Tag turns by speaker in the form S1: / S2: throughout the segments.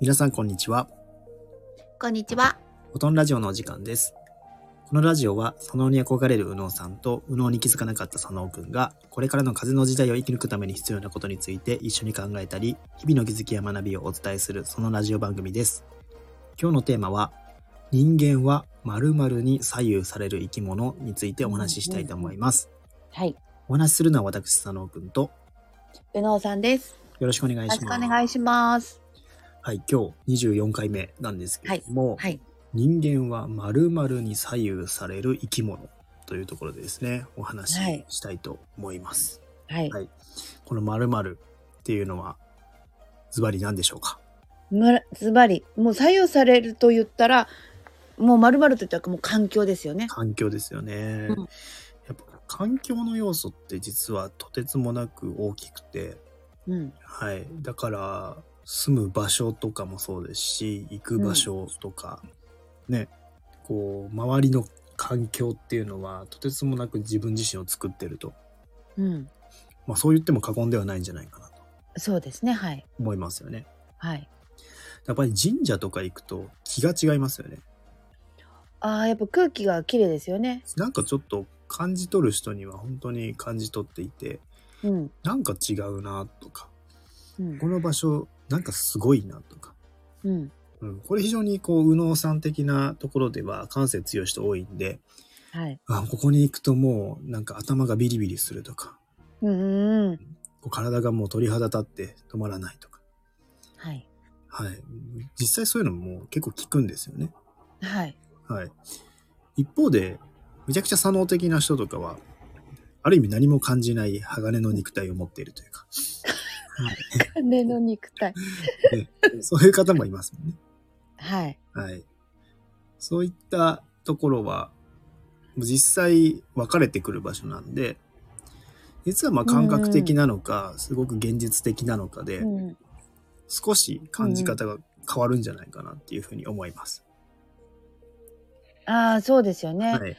S1: 皆さんこんにちは。
S2: こんにちは。
S1: フォトンラジオのお時間です。このラジオは、左脳に憧れる右脳さんと、右脳に気づかなかった左脳くんが、これからの風の時代を生き抜くために必要なことについて一緒に考えたり、日々の気づきや学びをお伝えする、そのラジオ番組です。今日のテーマは、人間は〇〇に左右される生き物についてお話ししたいと思います。
S2: はい。
S1: お話しするのは私、左脳くんと、
S2: うのうさんです。
S1: よろしくお願いしま
S2: よろ
S1: す。
S2: しくお願いします。
S1: はい、今日24回目なんですけれども、
S2: はい。
S1: 人間は〇〇に左右される生き物というところでですね、お話ししたいと思います。
S2: はい
S1: はい。この〇〇っていうのは、ズバリ何でしょうか
S2: むずばり、もう左右されると言ったら、もうまるまると言ったらもう環境ですよね。
S1: 環境ですよね。
S2: うん
S1: やっぱ環境の要素って実はとてつもなく大きくて、
S2: うん。
S1: はい。だから、住む場所とかもそうですし、行く場所とか、ね、こう、周りの環境っていうのは、とてつもなく自分自身を作ってると。
S2: うん。
S1: まあ、そう言っても過言ではないんじゃないかなと
S2: そうですね。はい。
S1: 思いますよね。
S2: はい。
S1: やっぱり神社とか行くと気が違いますよね。
S2: ああ、やっぱ空気が綺麗ですよね。
S1: なんかちょっと感じ取る人には本当に感じ取っていて、
S2: うん。
S1: なんか違うなとか、
S2: うん
S1: こ。の場所なんかすごいなとか、
S2: うん。
S1: うん、これ非常にこう、右脳さん的なところでは感性強い人多いんで、
S2: はい。
S1: あ、ここに行くともうなんか頭がビリビリするとか、
S2: うんうんうん。
S1: こう体がもう鳥肌立って止まらないとか、
S2: はい。
S1: はい。実際そういうのも結構聞くんですよね。
S2: はい。
S1: はい。一方で、めちゃくちゃ左脳的な人とかは、ある意味何も感じない鋼の肉体を持っているというか、
S2: 金の肉体。
S1: そういう方もいますもんね。
S2: はい。
S1: はい。そういったところは、実際分かれてくる場所なんで、実はまあ感覚的なのか、すごく現実的なのかで
S2: う、ん。
S1: 少し感じ方が変わるんじゃないかなっていうふうに思います。
S2: ああ、そうですよね。
S1: はい。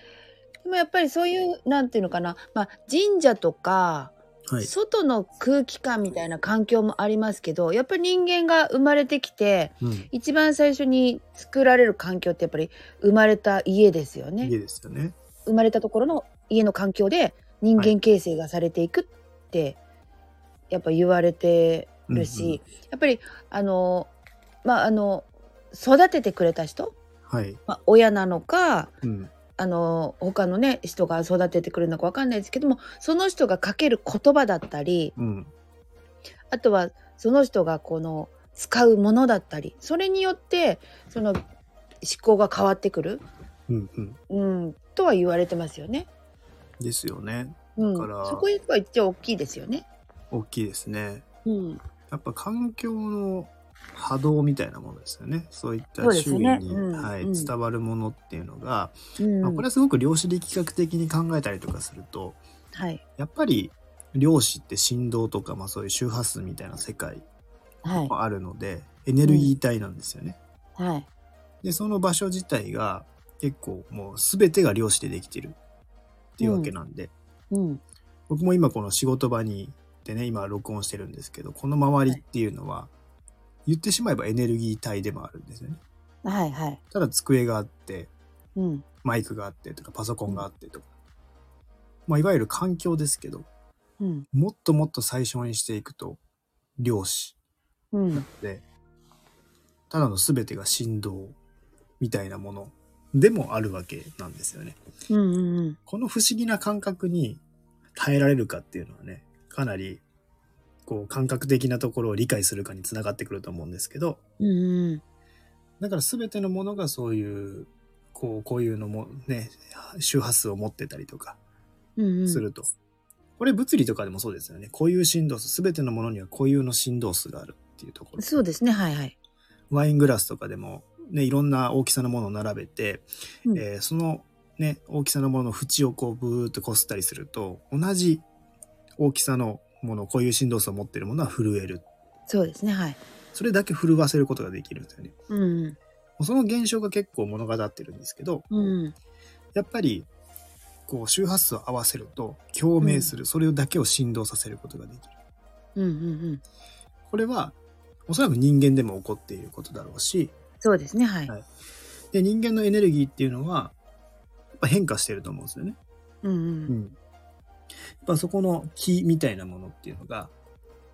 S2: でもやっぱりそういう、なんていうのかな。まあ、神社とか、
S1: はい。
S2: 外の空気感みたいな環境もありますけどやっぱり人間が生まれてきて
S1: うん。
S2: 一番最初に作られる環境ってやっぱり生まれた家ですよね
S1: 家ですよね。
S2: 生まれたところの家の環境で人間形成がされていくってやっぱ言われてるし、
S1: うんうん
S2: やっぱりあのまああの育ててくれた人、
S1: はい。
S2: まあ、親なのか
S1: うん。
S2: あの他のね人が育ててくれるのかわかんないですけどもその人がかける言葉だったり
S1: うん。
S2: あとはその人がこの使うものだったりそれによってその思考が変わってくる、
S1: うん。うん。
S2: うん、とは言われてますよね。
S1: ですよね。
S2: うん、
S1: だから
S2: そこが一応大きいですよね。
S1: 大きいですね。
S2: うん、
S1: やっぱ環境の波動みたいなものですよね。そういった
S2: そうで
S1: 周
S2: す
S1: 囲に、
S2: ねうん
S1: はい、
S2: うん
S1: 伝わるものっていうのが、
S2: うん
S1: まあ、これはすごく量子力学的に考えたりとかすると、
S2: はい
S1: やっぱり量子って振動とか、まあ、そういう周波数みたいな世界
S2: はい
S1: もあるので、エネルギー体なんですよね。
S2: はい
S1: で、その場所自体が結構もう全てが量子でできてるっていうわけなんで、
S2: うん
S1: 僕も今この仕事場にでね今録音してるんですけどこの周りっていうのは言ってしまえばエネルギー体でもあるんですよね
S2: はいはい
S1: ただ机があって
S2: うん
S1: マイクがあってとかパソコンがあってとか、まあ、いわゆる環境ですけど
S2: うん
S1: もっともっと最小にしていくと量子
S2: うん
S1: でただの全てが振動みたいなものでもあるわけなんですよね
S2: うんうん
S1: この不思議な感覚に耐えられるかっていうのはね、かなり、こう、感覚的なところを理解するかにつながってくると思うんですけど、
S2: うんうん
S1: だから全てのものがそういう、こう、こういうのもね、周波数を持ってたりとか
S2: うんうん
S1: すると。これ物理とかでもそうですよね。こういう振動数、全てのものには固有の振動数があるっていうところ。
S2: そうですねはいはい
S1: ワイングラスとかでも、ね、いろんな大きさのものを並べて、
S2: うん
S1: えーその、ね、大きさのものの縁をこうブーっとこすったりすると同じ大きさのものこういう振動数を持っているものは震える
S2: そうですねはい
S1: それだけ震わせることができるんですよね
S2: うん
S1: その現象が結構物語ってるんですけど
S2: うん
S1: やっぱりこう周波数を合わせると共鳴する、それだけを振動させることができる
S2: うんうんうん
S1: これはおそらく人間でも起こっていることだろうし、
S2: そうですね、はい。
S1: はいで、人間のエネルギーっていうのは、やっぱ変化してると思うんですよね。
S2: うんうん。
S1: やっぱそこの気みたいなものっていうのが、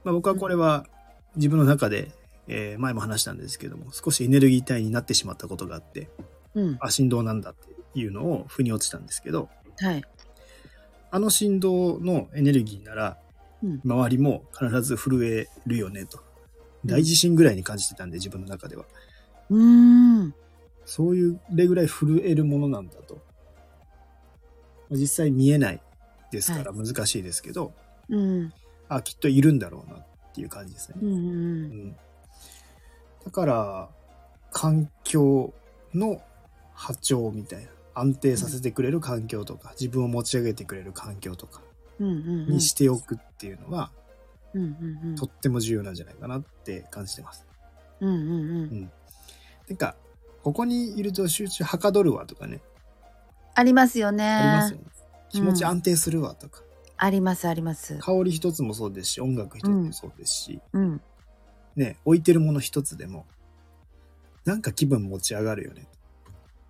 S1: まあ、僕はこれは自分の中で、えー前も話したんですけども少しエネルギー体になってしまったことがあって
S2: うん。
S1: あ振動なんだっていうのを腑に落ちたんですけど
S2: はい。
S1: あの振動のエネルギーなら
S2: うん。
S1: 周りも必ず震えるよねと大地震ぐらいに感じてたんで自分の中では
S2: うーん。
S1: そういうれぐらい震えるものなんだとまあ実際見えないですから難しいですけど、
S2: うん。
S1: あ、きっといるんだろうなっていう感じです
S2: う
S1: ね。
S2: ん
S1: う
S2: うん。
S1: ん、だから、環境の波長みたいな、安定させてくれる環境とか、自分を持ち上げてくれる環境とか
S2: うんうんうん
S1: にしておくっていうのは、
S2: うんうん
S1: とっても重要なんじゃないかなって感じてます。
S2: うんうんうんうん
S1: なんか、ここにいると集中はかどるわとかね、
S2: ありますよね。
S1: ありますよね。
S2: うん
S1: 気持ち安定するわとか、
S2: ありますあります。
S1: 香り一つもそうですし、音楽一つもそうですし、
S2: うん。
S1: ね、置いてるもの一つでも、なんか気分持ち上がるよね。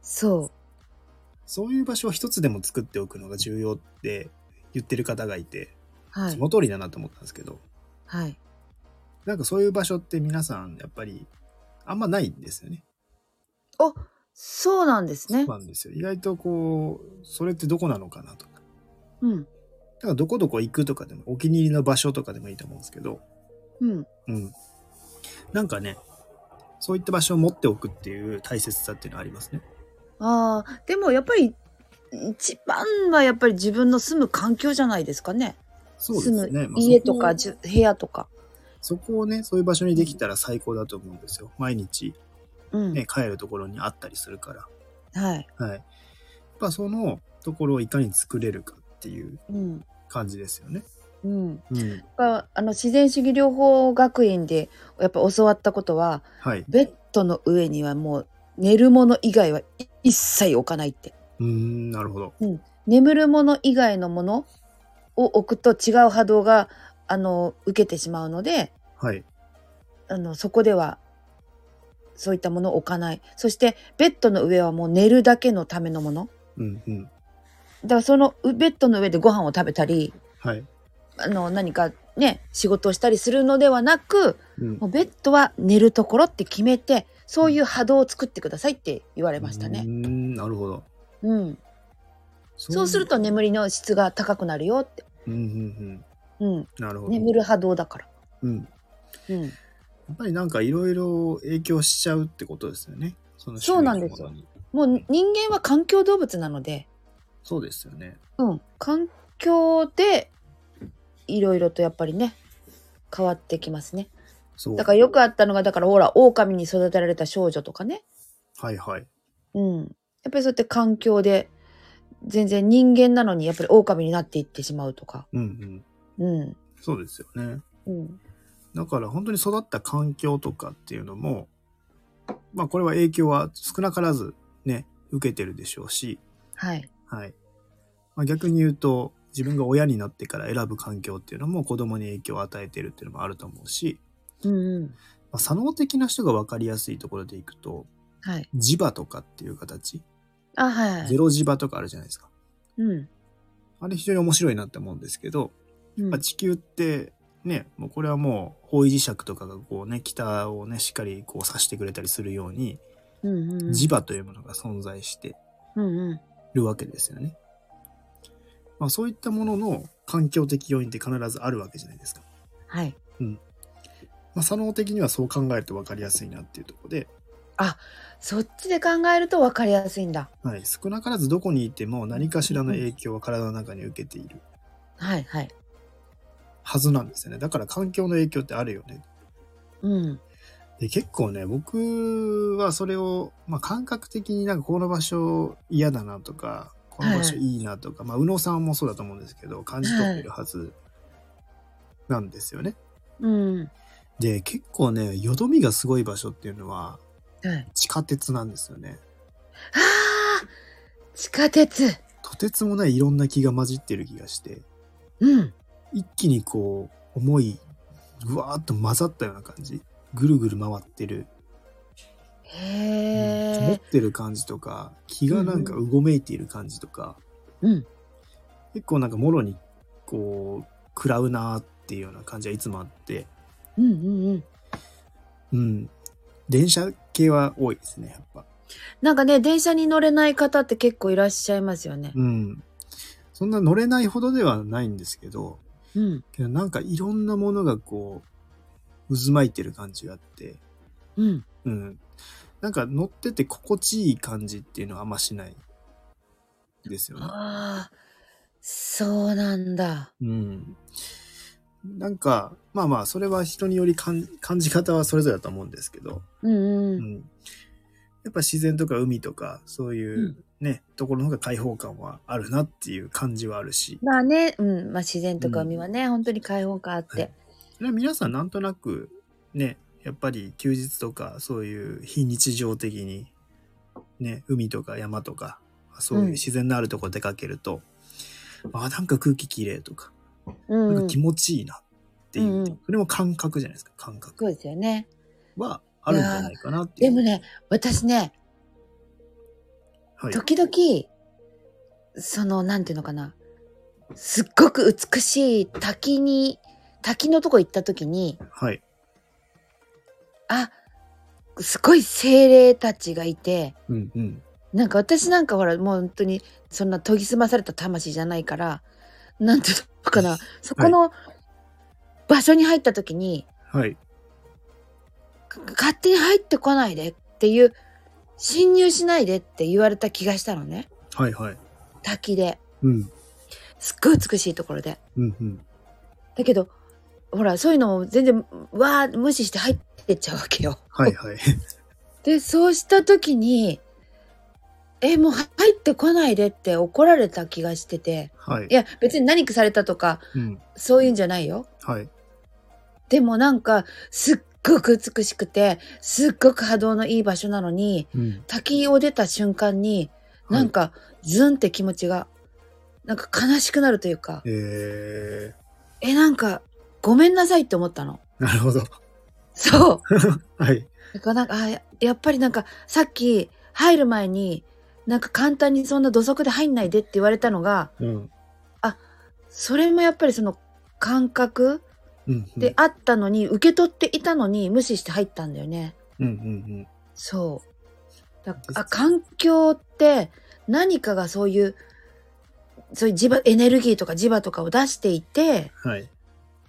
S2: そう。
S1: そういう場所を一つでも作っておくのが重要って言ってる方がいて、
S2: は
S1: そ
S2: い。
S1: の通りだなと思ったんですけど、
S2: はい。
S1: なんかそういう場所って皆さんやっぱりあんまないんですよね。
S2: お、そうなんですね
S1: そう。なんですよ。意外とこう、それってどこなのかなとか。
S2: うん。
S1: だからどこどこ行くとかでも、お気に入りの場所とかでもいいと思うんですけど、
S2: うん。
S1: うん。なんかね、そういった場所を持っておくっていう大切さっていうのはありますね。
S2: ああ、でもやっぱり、一番はやっぱり自分の住む環境じゃないですかね。
S1: そうですね。
S2: 住
S1: ま
S2: む
S1: あ
S2: 家と
S1: そこ
S2: か
S1: を
S2: じゅ部屋とか。
S1: そこをね、そういう場所にできたら最高だと思うんですよ。毎日、
S2: うん。
S1: ね、帰るところにあったりするから。
S2: はい。
S1: はい。やっぱそのところをいかに作れるかっていう
S2: うん。
S1: 感じですよね。
S2: うん、
S1: うん。
S2: あの自然主義療法学院でやっぱ教わったことは
S1: はい。
S2: ベッドの上にはもう寝るもの以外は一切置かないって
S1: うーん、なるほど。
S2: 眠るもの以外のものを置くと違う波動があの受けてしまうので
S1: はい。
S2: あのそこではそういったものを置かないそしてベッドの上はもう寝るだけのためのもの
S1: うんうん。
S2: だからそのうベッドの上でご飯を食べたり
S1: はい。
S2: あの何かね仕事をしたりするのではなく
S1: うん
S2: もうベッドは寝るところって決めてそういう波動を作ってくださいって言われました
S1: うー
S2: ね。
S1: ん、なるほど。
S2: うん、
S1: そ
S2: そうすると眠りの質が高くなるよって、
S1: うんうんうん。
S2: うん、
S1: なるほど。
S2: 眠る波動だから。
S1: うん。
S2: うん、
S1: やっぱりなんかいろいろ影響しちゃうってことですよね。その
S2: そうなんですよ
S1: 周囲のものに。
S2: もう人間は環境動物なので、
S1: そうですよね。
S2: うん、環境でいろいろとやっぱりね変わってきますね
S1: そう。
S2: だからよくあったのがだからほら狼に育てられた少女とかね、
S1: はいはい。
S2: うん、やっぱりそうやって環境で全然人間なのにやっぱり狼になっていってしまうとか、
S1: うんうん。
S2: うん
S1: そうですよね。
S2: うん、
S1: だから本当に育った環境とかっていうのも、まあこれは影響は少なからずね、受けてるでしょうし、
S2: はい、
S1: はい。まあ、逆に言うと、自分が親になってから選ぶ環境っていうのも子供に影響を与えてるっていうのもあると思うし、
S2: うんうん、
S1: まあ、左脳的な人が分かりやすいところでいくと、
S2: はい
S1: 磁場とかっていう形、
S2: あはいは
S1: ゼ
S2: い
S1: ロ磁場とかあるじゃないですか。
S2: うん
S1: あれ非常に面白いなって思うんですけど、
S2: うん
S1: まあ、地球ってね、もうこれはもう方位磁石とかがこうね、北をね、しっかりこう指してくれたりするように、
S2: うんうん
S1: 磁場というものが存在して
S2: うんうん
S1: るわけですよね。まあ、そういったものの環境的要因って必ずあるわけじゃないですか。
S2: はい
S1: まあ、作能的にはそう考えると分かりやすいなっていうところで、
S2: そっちで考えると分かりやすいんだ
S1: はい、少なからずどこにいても何かしらの影響は体の中に受けている
S2: はいはい
S1: はずなんですよね。だから環境の影響ってあるよね。
S2: うん
S1: で結構ね、僕はそれを、まあ、感覚的になんかこの場所嫌だなとか、この場所
S2: はい
S1: いなとか、まあ、宇野さんもそうだと思うんですけど、感じ取ってるはずなんですよね。
S2: うん
S1: で、結構ね、よどみがすごい場所っていうのは、
S2: はい
S1: 地下鉄なんですよね。
S2: あー地下鉄
S1: とてつもないいろんな気が混じってる気がして、
S2: うん
S1: 一気にこう、重い、ぐわーっと混ざったような感じ。ぐるぐる回ってる、うん
S2: へ
S1: 持っ
S2: え。
S1: てる感じとか気がなんかうごめいている感じとか、
S2: うん。
S1: 結構なんかもろにこう食らうなーっていうような感じはいつもあって、
S2: うんうんうん。
S1: うん、電車系は多いですねやっぱ。
S2: なんかね、電車に乗れない方って結構いらっしゃいますよね。
S1: うん、そんな乗れないほどではないんですけど
S2: うん。
S1: けどなんかいろんなものがこう渦巻いてる感じがあって、
S2: うん。
S1: うん、なんか乗ってて心地いい感じっていうのはあんましないですよね。
S2: ああ、そうなんだ。
S1: うん、なんかまあまあそれは人により感感じ方はそれぞれだと思うんですけど、
S2: うん
S1: う
S2: うん。
S1: ん、やっぱ自然とか海とかそういううね、ところの方が開放感はあるなっていう感じはあるし、
S2: まあね、うん。まあ自然とか海はね、本当に開放感あっ
S1: は
S2: て
S1: い。それは皆さんなんとなくねやっぱり休日とかそういう非日常的にね海とか山とかそういう自然のあるとこ出かけると、あなんか空気きれいとか
S2: う
S1: な
S2: ん
S1: ん
S2: う
S1: か
S2: ん。
S1: 気持ちいいなっていう、
S2: うんうん
S1: それも感覚じゃないですか感覚
S2: そうですよね。
S1: はあるんじゃないかなってい
S2: で
S1: う。
S2: もね、私ね、
S1: はい、
S2: 時々、その、なんていうのかな。すっごく美しい滝に、滝のとこ行った時に、
S1: はい、
S2: あ、すごい精霊たちがいて、
S1: うんうん
S2: なんか私なんかほら、もう本当に、そんな研ぎ澄まされた魂じゃないから、なんていうのかな、そこの場所に入った時に、
S1: はい
S2: か勝手に入ってこないでっていう、侵入しないでって言われた気がしたのね。
S1: はいはい
S2: 滝で。
S1: うん
S2: すっごい美しいところで。
S1: うんうん
S2: だけどほらそういうのを全然わー無視して入ってっちゃうわけよ。
S1: はいはい
S2: でそうした時に「えもう入ってこないで」って怒られた気がしてて
S1: はい
S2: いや別に何かされたとか
S1: うん
S2: そういうんじゃないよ。
S1: はい
S2: でもなんかすっごく美しくてすっごく波動のいい場所なのに
S1: うん
S2: 滝を出た瞬間に
S1: はい
S2: なんかズンって気持ちがなんか悲しくなるというか
S1: え
S2: えなんかごめんなさいって思ったの。
S1: ー、なるほど
S2: そう
S1: はい
S2: だからなんかあややっぱりなんかさっき入る前になんか簡単にそんな土足で入んないでって言われたのが
S1: うん
S2: それもやっぱりその感覚
S1: うんうん
S2: であったのに、受け取っていたのに無視して入ったんだよね。
S1: うんうん
S2: そうだあ環境って何かがそういうそういう磁場エネルギーとか磁場とかを出していて
S1: うんはい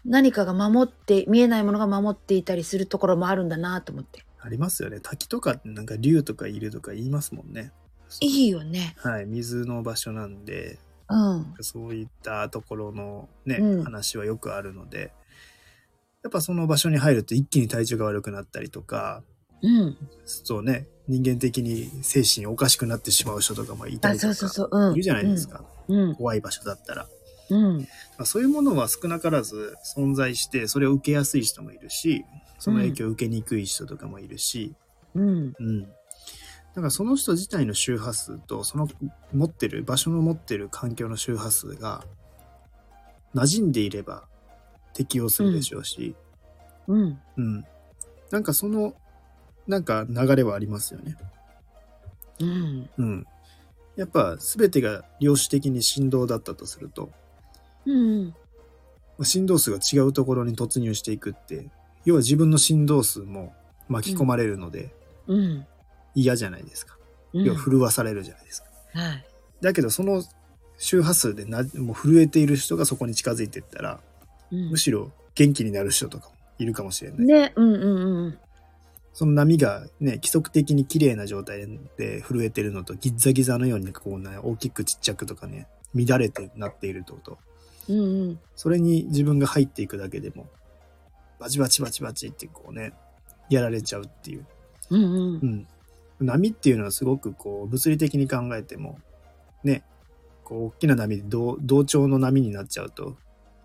S2: 何かが守って見えないものが守っていたりするところもあるんだなと思って
S1: ありますよね滝とかってなんか竜とかいるとか言いますもんね
S2: いいよね。
S1: はい水の場所なんで
S2: うん、
S1: そういったところのね、
S2: うん
S1: 話はよくあるのでやっぱその場所に入ると一気に体調が悪くなったりとか
S2: うん、
S1: そうね人間的に精神おかしくなってしまう人とかもいた
S2: あ
S1: りとか
S2: そうそうそう、うん、
S1: いるじゃないですか、
S2: うん。うん
S1: 怖い場所だったら、
S2: うん。
S1: まあ、そういうものは少なからず存在してそれを受けやすい人もいるしその影響を受けにくい人とかもいるし、
S2: うん。
S1: うん。だからその人自体の周波数と、その持ってる、場所の持ってる環境の周波数が、馴染んでいれば適応するでしょうし、
S2: うん。
S1: うん、なんかその、なんか流れはありますよね。
S2: うん。
S1: うん。やっぱ全てが量子的に振動だったとすると、
S2: うん。
S1: 振動数が違うところに突入していくって、要は自分の振動数も巻き込まれるので
S2: うん。
S1: 嫌じゃないですか。
S2: うん。
S1: 要は震わされるじゃないですか。
S2: はい。
S1: だけどその周波数でなもう震えている人がそこに近づいていったら
S2: うん
S1: むしろ元気になる人とかもいるかもしれない、
S2: ね、うんうんうん。
S1: その波がね規則的に綺麗な状態で震えてるのとギッザギザのようになんかこうね大きくちっちゃくとかね乱れてなっているってこと
S2: うんうん。
S1: それに自分が入っていくだけでもバチバチバチバチってこうねやられちゃうっていう、
S2: うん
S1: う。ん、波っていうのはすごくこう物理的に考えてもねこう大きな波で同同調の波になっちゃうと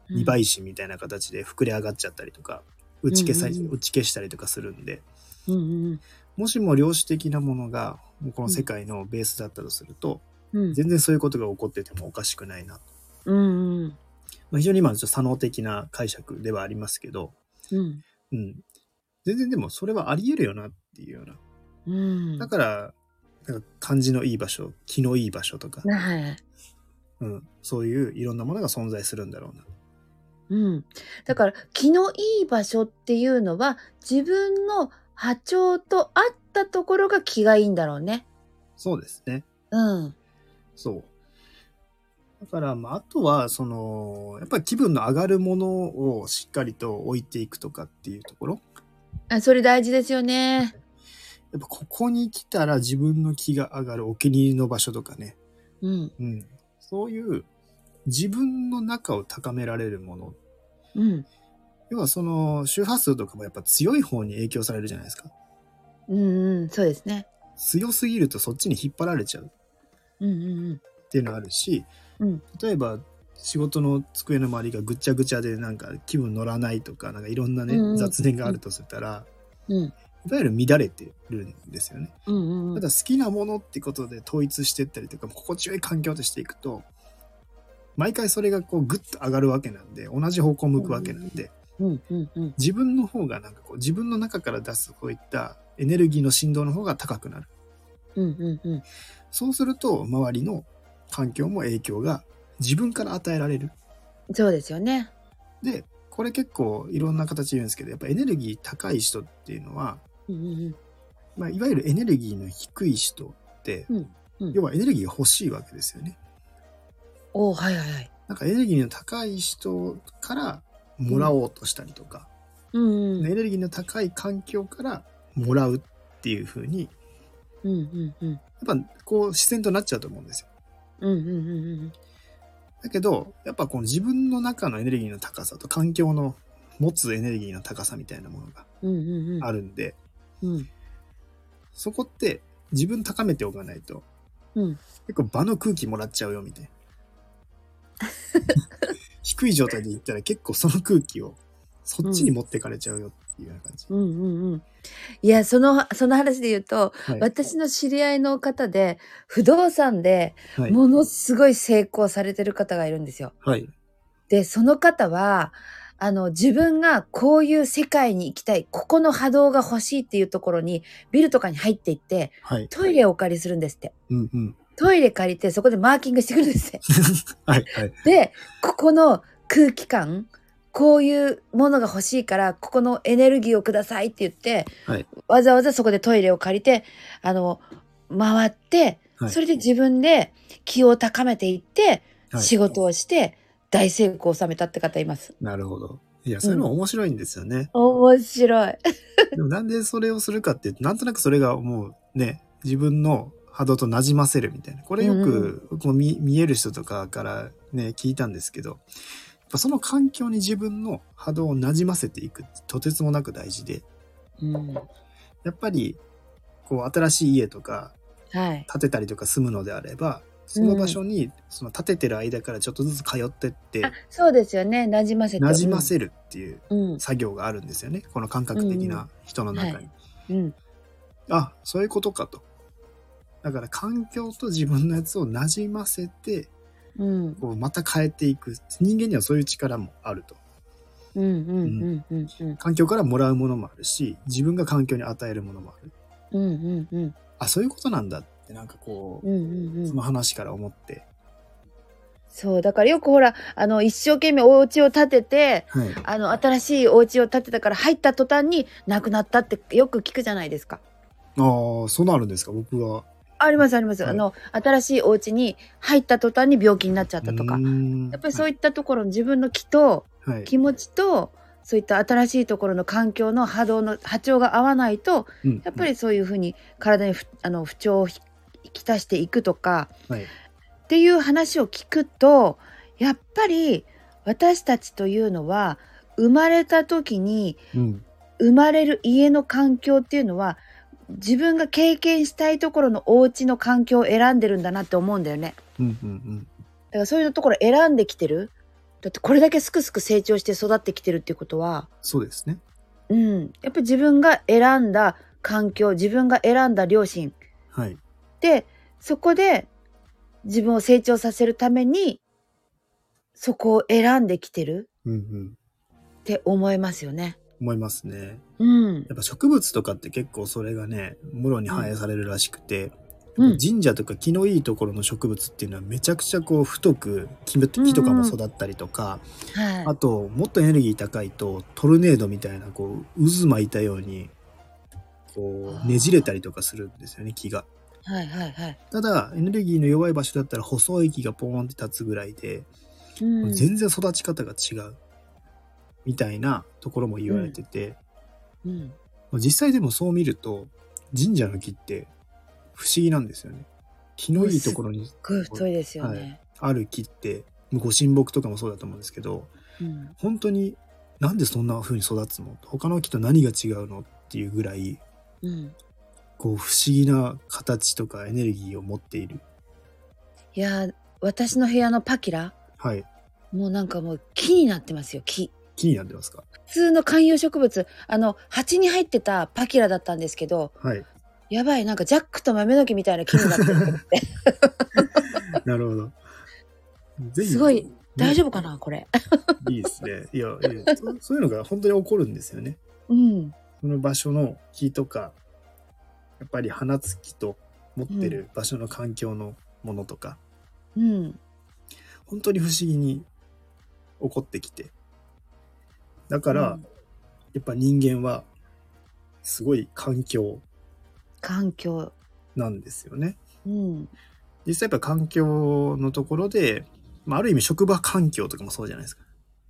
S1: 二倍。石みたいな形で膨れ上がっちゃったりとか打ち消さ、
S2: うんうんうん
S1: 打ち消したりとかするんで
S2: うんうん
S1: もしも量子的なものがもうこの世界のベースだったとすると、
S2: うん。
S1: 全然そういうことが起こっててもおかしくないな、
S2: うんうん。
S1: まあ、非常に今ちょっと左脳的な解釈ではありますけど、
S2: うん。
S1: うん、全然でもそれはあり得るよなっていうような。
S2: うん。
S1: だから、なんか感じのいい場所、気のいい場所とか、
S2: はい。
S1: うん、そういういろんなものが存在するんだろうな。
S2: うん、だから気のいい場所っていうのは自分の波長と合ったところが気がいいんだろうね。
S1: そうですね。
S2: うん。
S1: そう。だから、まあ、あとは、その、やっぱり気分の上がるものをしっかりと置いていくとかっていうところ。
S2: あそれ大事ですよね。
S1: やっぱここに来たら自分の気が上がるお気に入りの場所とかね。
S2: うん。
S1: うん。そういう自分の中を高められるもの。
S2: うん。
S1: 要はその周波数とかもやっぱ強い方に影響されるじゃないですか。
S2: うんうん。そうですね。
S1: 強すぎるとそっちに引っ張られちゃう
S2: うんうん
S1: っていうのあるし、
S2: うん
S1: 例えば仕事の机の周りがぐちゃぐちゃでなんか気分乗らないとかなんかいろんなね、
S2: うんうん
S1: 雑念があるとしたら、
S2: うん。うん
S1: いわゆる乱れてるんですよね。
S2: うんう
S1: ただ。
S2: ん
S1: 好きなものってことで統一してったりとか心地よい環境としていくと毎回それがこうグッと上がるわけなんで同じ方向向くわけなんで、
S2: うんうんうん。
S1: 自分の方がなんかこう自分の中から出すこういったエネルギーの振動の方が高くなる
S2: うんうんうん。
S1: そうすると周りの環境も影響が自分から与えられる
S2: そうですよね。
S1: でこれ結構いろんな形で言うんですけどやっぱエネルギー高い人っていうのは、
S2: うんうん
S1: まあ、いわゆるエネルギーの低い人って、
S2: うんうん
S1: 要はエネルギーが欲しいわけですよね
S2: おおはいはいはい。
S1: なんかエネルギーの高い人からもらおうとしたりとか、
S2: うんうん
S1: エネルギーの高い環境からもらうっていう風に、
S2: うんうんうん
S1: やっぱこう自然となっちゃうと思うんですよ。
S2: うんうんうんうん
S1: だけど、やっぱこの自分の中のエネルギーの高さと環境の持つエネルギーの高さみたいなものが
S2: うんうん
S1: あるんで、
S2: うん
S1: そこって自分高めておかないと、
S2: うん
S1: 結構場の空気もらっちゃうよみたいな。低い状態でいったら結構その空気をそっちに持ってかれちゃうよっていうような感じ。
S2: うんうんうん。いやそのその話で言うと、
S1: はい
S2: 私の知り合いの方で不動産で
S1: はい
S2: ものすごい成功されてる方がいるんですよ。
S1: はい。
S2: でその方はあの自分がこういう世界に行きたいここの波動が欲しいっていうところにビルとかに入っていって
S1: はい。
S2: トイレをお借りするんですって。
S1: うんうん。
S2: トイレ借りてそこでマーキングしてくるんです って。
S1: はいはい。
S2: でここの空気感こういうものが欲しいからここのエネルギーをくださいって言って、
S1: はい
S2: わざわざそこでトイレを借りてあの回って、
S1: はい
S2: それで自分で気を高めていって、
S1: はい
S2: 仕事をして大成功を収めたって方います。
S1: なるほど。いや、そういうの面白いんですよね。
S2: 面白い。
S1: でもなんでそれをするかっていうと、なんとなくそれがもうね、自分の波動と馴染ませるみたいな。これよくこう見,、見える人とかからね、聞いたんですけど、やっぱその環境に自分の波動を馴染ませていくってとてつもなく大事で、
S2: うん、は
S1: やっぱりこう新しい家とか
S2: い。
S1: 建てたりとか住むのであれば、その場所にその建ててる間からちょっとずつ通ってって、
S2: あそうですよね馴染ませて
S1: 馴染ませるっていう
S2: うん
S1: 作業があるんですよねこの感覚的な人の中に、
S2: うんうんうん
S1: あそういうことかとだから環境と自分のやつを馴染ませて
S2: うん
S1: こうまた変えていく人間にはそういう力もあると
S2: うんうんうんうんうん
S1: 環境からもらうものもあるし自分が環境に与えるものもある
S2: うんうんうん
S1: あそういうことなんだってなんかこ
S2: うんうんう
S1: う、
S2: ん
S1: その話から思って
S2: そうだからよくほらあの一生懸命お家を建てて
S1: はい
S2: あの新しいお家を建てたから入った途端に亡くなったってよく聞くじゃないですか。
S1: ああそうなるんですか僕は
S2: ありますあります、
S1: はい
S2: あの新しいお家に入った途端に病気になっちゃったとかやっぱりそう
S1: い
S2: いったところの自分の気と
S1: う、はい
S2: 気持ちとそういった新しいところの環境の波動の波長が合わないと
S1: うん
S2: やっぱりそういうふうに体にふあの不調をひきたしていくとか、
S1: はい
S2: っていう話を聞くとやっぱり私たちというのは生まれた時に
S1: うん
S2: 生まれる家の環境っていうのは自分が経験したいところのお家の環境を選んでるんだなって思うんだよね。
S1: うんうんうん
S2: だからそういうところ選んできてる。だってこれだけすくすく成長して育ってきてるっていうことは、
S1: そうですね
S2: うん、やっぱり自分が選んだ環境、自分が選んだ両親
S1: はい
S2: でそこで自分を成長させるためにそこを選んできてる
S1: うんうん
S2: って思いますよね。
S1: 思いますね。
S2: うん
S1: やっぱ植物とかって結構それがね、もろに反映されるらしくて、
S2: うん
S1: 神社とか気のいいところの植物っていうのはめちゃくちゃこう太く木木とかも育ったりとか、あ
S2: は
S1: ともっとエネルギー高いとトルネードみたいなこう渦巻いたようにこうねじれたりとかするんですよね木が。
S2: いはいはいはい
S1: ただエネルギーの弱い場所だったら細い木がポーンって立つぐらいで、
S2: うん
S1: 全然育ち方が違うみたいなところも言われてて、
S2: うん
S1: まあ実際でもそう見ると神社の木って不思議なんですよね。木のいいところに
S2: すっごい太いですよ
S1: は
S2: ね。
S1: ある木ってご神木とかもそうだと思うんですけど
S2: うん
S1: 本当になんでそんな風に育つの他の木と何が違うのっていうぐらい
S2: うん
S1: こう不思議な形とかエネルギーを持っている。
S2: いやー私の部屋のパキラ
S1: はい
S2: もうなんかもう木になってますよ木。
S1: 木になってますか
S2: 普通の観葉植物あの鉢に入ってたパキラだったんですけど
S1: はい。
S2: やばいなんかジャックと豆の木みたいな木になってると思って
S1: なるほど。ぜひ
S2: すごい
S1: ね
S2: 大丈夫かなこれ。
S1: いいですね。いや、いやそそういうのが本当に起こるんですよね。
S2: うん
S1: その場所の木とか、やっぱり花つきと持ってる場所の環境のものとか、
S2: うん
S1: 本当に不思議に起こってきて。だから、
S2: うん
S1: やっぱ人間は、すごい環境
S2: 環境
S1: なんですよね。
S2: うん
S1: 実際やっぱ環境のところで、まあ、ある意味職場環境とかもそうじゃないですか。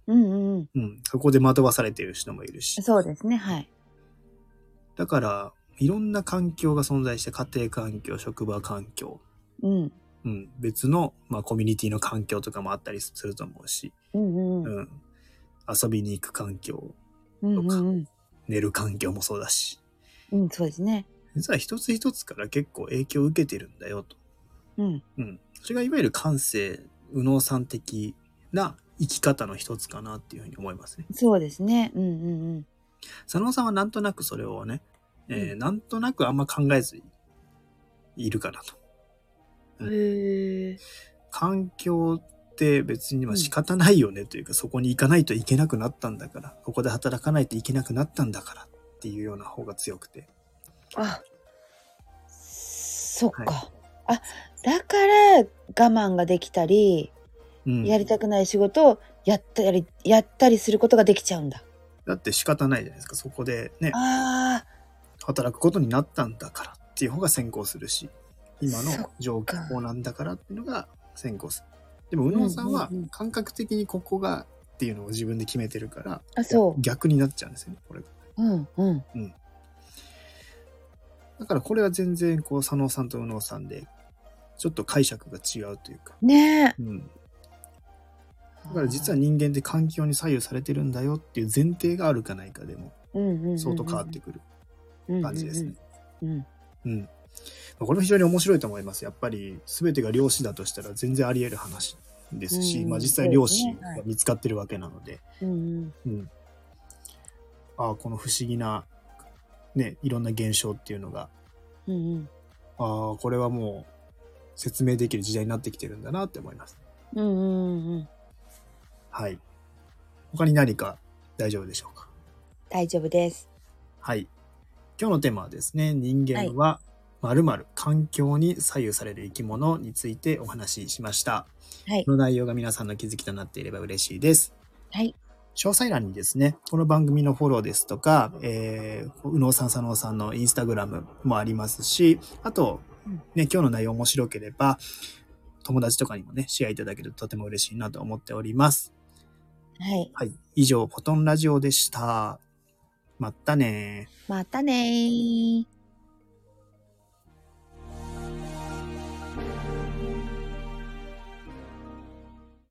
S2: うんうんうん
S1: うん。そこで惑わされてる人もいるし。
S2: そうですねはい。
S1: だから、いろんな環境が存在して、家庭環境、職場環境、
S2: うん
S1: うん、別の、まあ、コミュニティの環境とかもあったりすると思うし、
S2: うんうん
S1: うん、遊びに行く環境、
S2: うんうんうん
S1: 寝る環境もそうだし、
S2: うんそうですね。
S1: 実は一つ一つから結構影響を受けてるんだよと。
S2: うん
S1: うん。それがいわゆる感性、右脳さん的な生き方の一つかなっていうふうに思いますね。
S2: そうですねうんうんうん
S1: 佐野さんはなんとなくそれをね、えー
S2: う
S1: なんとなくあんま考えずいるかなと。
S2: へえ。
S1: 環境って別にまあ仕方ないよねというか、そこに行かないといけなくなったんだからここで働かないといけなくなったんだからっていうような方が強くて
S2: あ、そっか。
S1: は
S2: あ、だから我慢ができたり、
S1: うん
S2: やりたくない仕事をやったり、やったりすることができちゃうんだ。
S1: だって仕方ないじゃないですかそこでね
S2: あ
S1: 働くことになったんだからっていう方が先行するし今
S2: そっ
S1: の
S2: か
S1: 状況なんだからっていうのが先行するでも右脳さんは
S2: うんうんうん
S1: 感覚的にここがっていうのを自分で決めてるから
S2: あ、そう。
S1: 逆になっちゃうんですよねこれが
S2: うんうん。
S1: だからこれは全然こう佐野さんと右脳さんでちょっと解釈が違うというか
S2: ねえ。
S1: うん、だから実は
S2: は、
S1: 人間って環境に左右されてるんだよっていう前提があるかないかでも
S2: うんうんうんうん
S1: 相当変わってくる感じですね。。
S2: うんうんうん
S1: うんまあこれも非常に面白いと思います。やっぱり全てが漁師だとしたら全然あり得る話ですし、
S2: うん
S1: まあ実際
S2: そう
S1: 漁
S2: です
S1: 師
S2: ね
S1: が見つかってるわけなので、
S2: うんうん
S1: うん、ああこの不思議な、ね、いろんな現象っていうのが
S2: うんうん
S1: ああこれはもう説明できる時代になってきてるんだなって思います。
S2: うんうんうんうん
S1: はい、他に何か大丈夫でしょうか
S2: 大丈夫です。
S1: はい。今日のテーマはですね、人間は〇〇環境に左右される生き物についてお話ししました。
S2: はい
S1: こ。の内容が皆さんの気づきとなっていれば嬉しいです。
S2: はい。
S1: 詳細欄にですね、この番組のフォローですとか、えー、うのうさん、佐野さんのインスタグラムもありますし、あと、
S2: うん
S1: ね、今日の内容面白ければ、友達とかにもね、シェアいただけるととても嬉しいなと思っております。
S2: はい。
S1: はい。以上、フォトンラジオでした。まったねー。
S2: またねー。